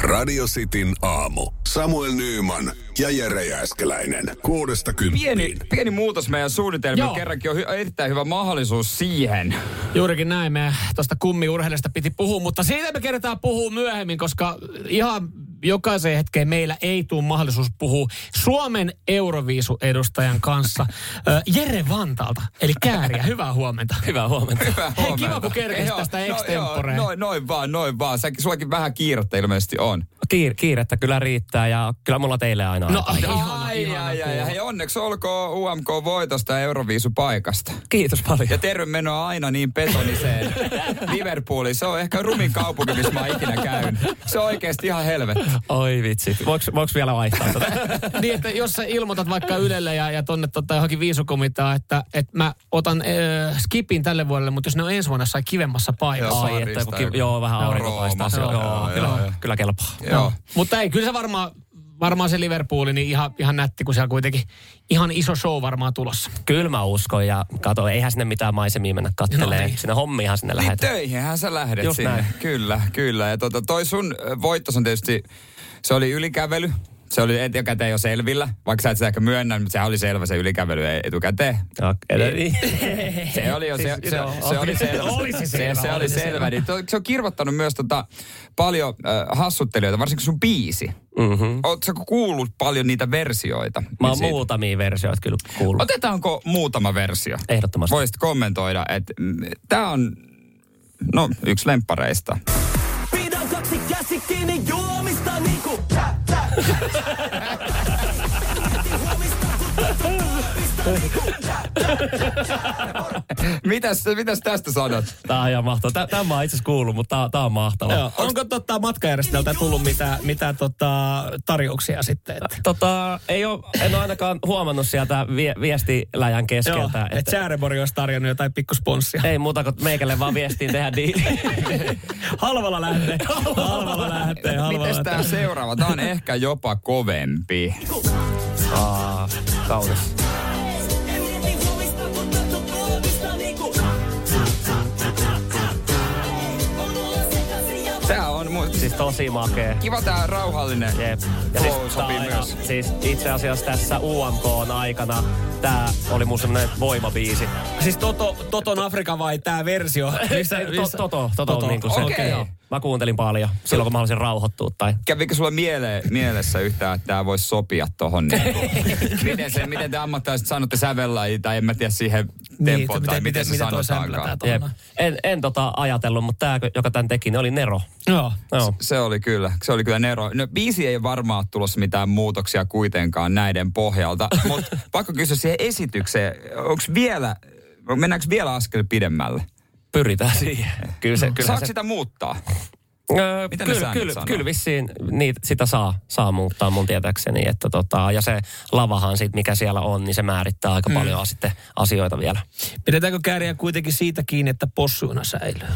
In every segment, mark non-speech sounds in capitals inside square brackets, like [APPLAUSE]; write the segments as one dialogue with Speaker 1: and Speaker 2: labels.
Speaker 1: Radio Cityn aamu. Samuel Nyyman ja Jere Jääskeläinen. Kuudesta kymppiin.
Speaker 2: Pieni, pieni muutos meidän suunnitelmiin.
Speaker 3: Joo.
Speaker 2: Kerrankin on hy- erittäin hyvä mahdollisuus siihen.
Speaker 3: Juurikin näin. Me tuosta kummiurheilijasta piti puhua, mutta siitä me kertaa puhua myöhemmin, koska ihan jokaiseen hetkeen meillä ei tule mahdollisuus puhua Suomen Euroviisu-edustajan kanssa Ö, Jere Vantaalta, eli Kääriä. Hyvää huomenta.
Speaker 4: Hyvää huomenta.
Speaker 2: Hyvää
Speaker 3: Hei,
Speaker 2: huomenta.
Speaker 3: kiva, kun kerkesit
Speaker 2: Joo,
Speaker 3: tästä
Speaker 2: no joo,
Speaker 3: extemporeen.
Speaker 2: Noin, noin vaan, noin vaan. Säkin, sullakin vähän kiirettä ilmeisesti on.
Speaker 4: Kiir, kiirettä kyllä riittää ja kyllä mulla teille aina
Speaker 3: No,
Speaker 4: aikaa.
Speaker 3: ai, ihana,
Speaker 2: ai,
Speaker 3: ihana
Speaker 2: ai, ai,
Speaker 3: kuulla.
Speaker 2: Hei, onneksi olkoon UMK-voitosta ja Euroviisupaikasta.
Speaker 4: Kiitos paljon.
Speaker 2: Ja tervemenoa aina niin
Speaker 3: [LAUGHS]
Speaker 2: betoniseen Liverpooliin. Se on ehkä rumin kaupunki, missä mä oon ikinä käynyt. Se on oikeasti ihan helvetti.
Speaker 3: No.
Speaker 4: Oi vitsi. Voiko, voiko vielä vaihtaa tota?
Speaker 2: [LAUGHS]
Speaker 4: tätä?
Speaker 3: niin, että jos sä ilmoitat vaikka Ylelle ja, ja tonne tota, johonkin viisukomitaan, että, että mä otan ö, skipin tälle vuodelle, mutta jos ne on ensi vuonna jossain kivemmassa paikassa.
Speaker 2: Joo.
Speaker 4: Ai, että, kun,
Speaker 2: Saarista joku.
Speaker 4: ki- joo, vähän
Speaker 2: Joo,
Speaker 4: aurinko paistaa.
Speaker 2: Roomassa.
Speaker 4: Joo,
Speaker 2: Joo,
Speaker 4: joo,
Speaker 2: joo,
Speaker 4: kyllä,
Speaker 2: joo.
Speaker 4: kyllä kelpaa.
Speaker 2: Joo.
Speaker 3: Mutta ei, kyllä se varmaan, varmaan se Liverpooli, niin ihan, ihan nätti, kun siellä kuitenkin ihan iso show varmaan tulossa.
Speaker 4: Kyllä mä uskon ja kato, eihän sinne mitään maisemia mennä
Speaker 3: No
Speaker 4: katteleen. No,
Speaker 3: niin.
Speaker 4: niin. Sinne hommiinhan sinne
Speaker 2: Niin
Speaker 4: lähetään.
Speaker 2: töihinhän sä lähdet
Speaker 4: Just
Speaker 2: sinne.
Speaker 4: näin.
Speaker 2: Kyllä, kyllä. Ja tota, toi sun ö, voittos on tietysti, se oli ylikävely. Se oli etukäteen jo selvillä, vaikka sä et sitä ehkä myönnä, mutta sehän oli selvä se ylikävely etukäteen. Niin.
Speaker 4: [LAUGHS]
Speaker 2: Se oli jo, se, se,
Speaker 4: Siis,
Speaker 2: se,
Speaker 4: joo,
Speaker 2: se oli
Speaker 4: oli-
Speaker 2: selvä.
Speaker 4: oli se
Speaker 2: Se,
Speaker 4: selvä,
Speaker 2: se oli
Speaker 4: oli se
Speaker 2: selvä.
Speaker 4: selvä.
Speaker 2: Niin, to, se on kirvottanut myös tota, paljon äh, hassuttelijoita, varsinkin sun biisi.
Speaker 4: Mm-hmm.
Speaker 2: Oletko kuullut paljon niitä versioita?
Speaker 4: Mä oon
Speaker 2: Niin Siitä-
Speaker 4: muutamia versioita kyllä kuullut.
Speaker 2: Otetaanko muutama versio?
Speaker 4: Ehdottomasti.
Speaker 2: Voisit kommentoida, että mm, tää on no, yksi lemppareista.
Speaker 5: Pidän kaksi käsi kiinni juomista niinku tä, tä, tä. Huomista, kun tuntuu huomista niinku tä, tä,
Speaker 2: Mitäs, mitäs tästä sanot?
Speaker 4: Tää on ihan mahtavaa. Tää, tää mä oon itse asiassa kuullut, mutta tää, tää on mahtavaa.
Speaker 3: Joo. Onko tota, matkajärjestäjältä tullut mitään, mitään tota, tarjouksia sitten? Että?
Speaker 4: Tota, ei oo, en ole ainakaan huomannut sieltä vie, viestiläjän
Speaker 3: Joo,
Speaker 4: keskeltä.
Speaker 3: että
Speaker 4: että,
Speaker 3: Sääreborg olisi tarjonnut jotain pikkusponssia.
Speaker 4: [LAUGHS] ei muuta kuin meikälle vaan viestiin tehdä diili.
Speaker 3: [LAUGHS] Halvalla lähtee, halvalla lähtee, halvalla
Speaker 2: Mites
Speaker 3: lähtee.
Speaker 2: tää seuraava? Tää on ehkä jopa kovempi.
Speaker 4: [LAUGHS] Aa, kaunis.
Speaker 5: tä. Mieti huomista, kun tuntuu huomista niinku tä, tä, tä, tä, tä, tä. On mulla sekaisin ja
Speaker 2: Tää on mu- siis
Speaker 4: Siis tosi makee.
Speaker 2: kiva tää rauhallinen.
Speaker 4: Jep. Ja
Speaker 2: Flow
Speaker 4: siis, tää
Speaker 2: sopii
Speaker 4: aina,
Speaker 2: myös.
Speaker 4: siis itse asiassa tässä UMK on aikana tää oli mun semmonen voimabiisi.
Speaker 3: Siis Toto, Toton Afrika vai tää versio? Missä,
Speaker 4: Ei, to- Toto, Toto,
Speaker 3: Toto.
Speaker 4: on niinku se.
Speaker 2: Okei.
Speaker 4: joo. Mä kuuntelin paljon silloin, kun mä halusin rauhoittua tai...
Speaker 2: Kävikö sulla miele- mielessä yhtään, että tää voisi sopia tohon? Niin miten, se, miten te ammattilaiset sanotte sävellajia tai en mä tiedä siihen tempoon tai miten, se sanotaankaan.
Speaker 3: toi
Speaker 4: Jep. En, en tota ajatellut, mutta tää, joka tän teki, niin oli Nero.
Speaker 3: Joo.
Speaker 4: Joo.
Speaker 2: Se oli kyllä, se oli kyllä Nero. No biisi ei varmaan ole tulossa mitään muutoksia kuitenkaan näiden pohjalta, mutta pakko kysyä siihen esitykseen, onko vielä, mennäänkö vielä askel pidemmälle?
Speaker 4: Pyritään siihen. Kyllä se, kyllä
Speaker 2: Saako
Speaker 4: se...
Speaker 2: sitä muuttaa?
Speaker 4: Öö,
Speaker 2: Mitä ne
Speaker 4: kyllä,
Speaker 2: säännöt
Speaker 4: kyllä,
Speaker 2: sanoo?
Speaker 4: kyllä vissiin niitä, sitä saa, saa muuttaa mun tietääkseni. Että tota, ja se lavahan sit, mikä siellä on, niin se määrittää aika mm. paljon sitten asioita vielä.
Speaker 3: Pidetäänkö kääriä kuitenkin siitä kiinni, että possuina säilyy?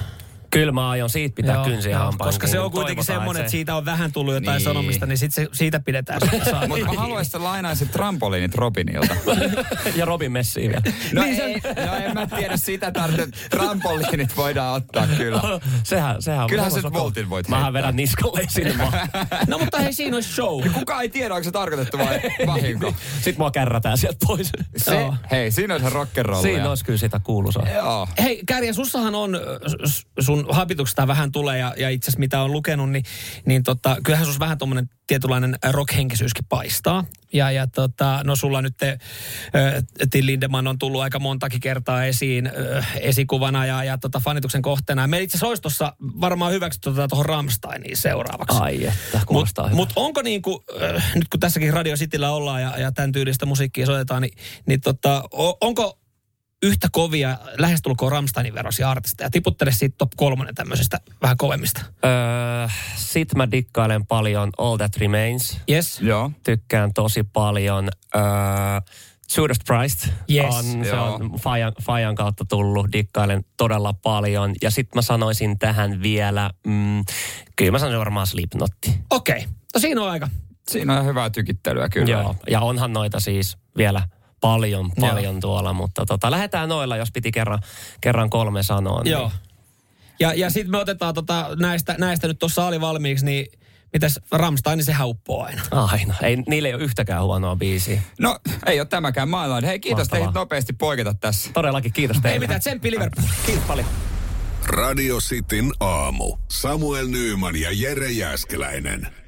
Speaker 4: Kyllä mä aion siitä pitää joo, kynsiä joo, hampaan.
Speaker 3: Koska se on kuitenkin semmoinen, että siitä on vähän tullut jotain
Speaker 2: Niin.
Speaker 3: niin. sanomista, niin sit se, siitä pidetään. sitten
Speaker 2: [LAUGHS]
Speaker 3: saa.
Speaker 2: Mutta mä haluaisin, että lainaisit trampoliinit Robinilta.
Speaker 4: [LAUGHS] ja Robin messiin vielä.
Speaker 2: No, ei, no en mä tiedä sitä tarvitse. Trampoliinit voidaan ottaa kyllä.
Speaker 4: [LAUGHS] sehän, sehän
Speaker 2: Kyllähän
Speaker 4: voisi
Speaker 2: sä
Speaker 4: olla-
Speaker 2: voltin voit heittää.
Speaker 4: Mähän vedän niskalle sinne vaan.
Speaker 3: no mutta hei, siinä olisi show.
Speaker 2: Kuka ei tiedä, onko se tarkoitettu
Speaker 4: [LAUGHS]
Speaker 2: vai vahinko.
Speaker 4: Sitten mua kärrätään sieltä pois.
Speaker 2: Se,
Speaker 3: Joo.
Speaker 2: hei, siinä on se rock'n'roll.
Speaker 4: Siinä olisi kyllä sitä kuuluisaa.
Speaker 2: Joo.
Speaker 3: Hei, Kärjä, sussahan on, ö, s- sun hapituksesta vähän tulee ja, ja itse asiassa mitä on lukenut, niin, niin tota, kyllähän sus vähän tuommoinen tietynlainen rockhenkisyyskin paistaa. Ja, ja tota, no sulla nyt te, ö, Till Lindemann on tullut aika montakin kertaa esiin ö, esikuvana ja, ja tota, fanituksen kohteena. Ja Me itse asiassa olisi tuossa varmaan hyväksytty tuota tuohon Rammsteiniin seuraavaksi.
Speaker 4: Ai että, kuulostaa
Speaker 3: Mutta
Speaker 4: hyvä.
Speaker 3: mut onko niin kuin, äh, nyt kun tässäkin Radio Cityllä ollaan ja, ja tämän tyylistä musiikkia soitetaan, niin, niin tota, o, onko yhtä kovia lähestulkoon Ramsteinin verosia artisteja? Tiputtele siitä top kolmonen tämmöisestä vähän kovemmista.
Speaker 4: Öö, sit mä dikkailen paljon All That Remains.
Speaker 3: Yes.
Speaker 2: Joo.
Speaker 4: Tykkään tosi paljon. Öö, Judas Priest
Speaker 3: Yes.
Speaker 4: on, se
Speaker 2: Joo.
Speaker 4: on Fajan, Fajan kautta tullut. Dikkailen todella paljon. Ja sit mä sanoisin tähän vielä, mm, kyllä mä sanoisin varmaan Slipnotti.
Speaker 3: Okei. Okay. No siinä on aika.
Speaker 2: Siinä on hyvää tykittelyä kyllä.
Speaker 4: Joo, ja onhan noita siis vielä paljon, paljon tuolla, mutta tota, lähdetään noilla, jos piti kerran, kerran kolme sanoa.
Speaker 3: Joo. Ja, ja sitten me otetaan tota, näistä, näistä nyt tuossa oli valmiiksi, niin Mitäs Ramstein, niin sehän uppoo aina.
Speaker 4: Aina. Ei, niillä ei ole yhtäkään huonoa biisiä.
Speaker 2: No, ei ole tämäkään maailman. Hei, kiitos
Speaker 4: Mahtavaa.
Speaker 2: teille nopeasti poiketa tässä.
Speaker 4: Todellakin, kiitos teille.
Speaker 3: Ei mitään, tsemppi Liverpool.
Speaker 4: Kiitos paljon.
Speaker 1: Radio Cityn aamu. Samuel Nyyman ja Jere Jäskeläinen.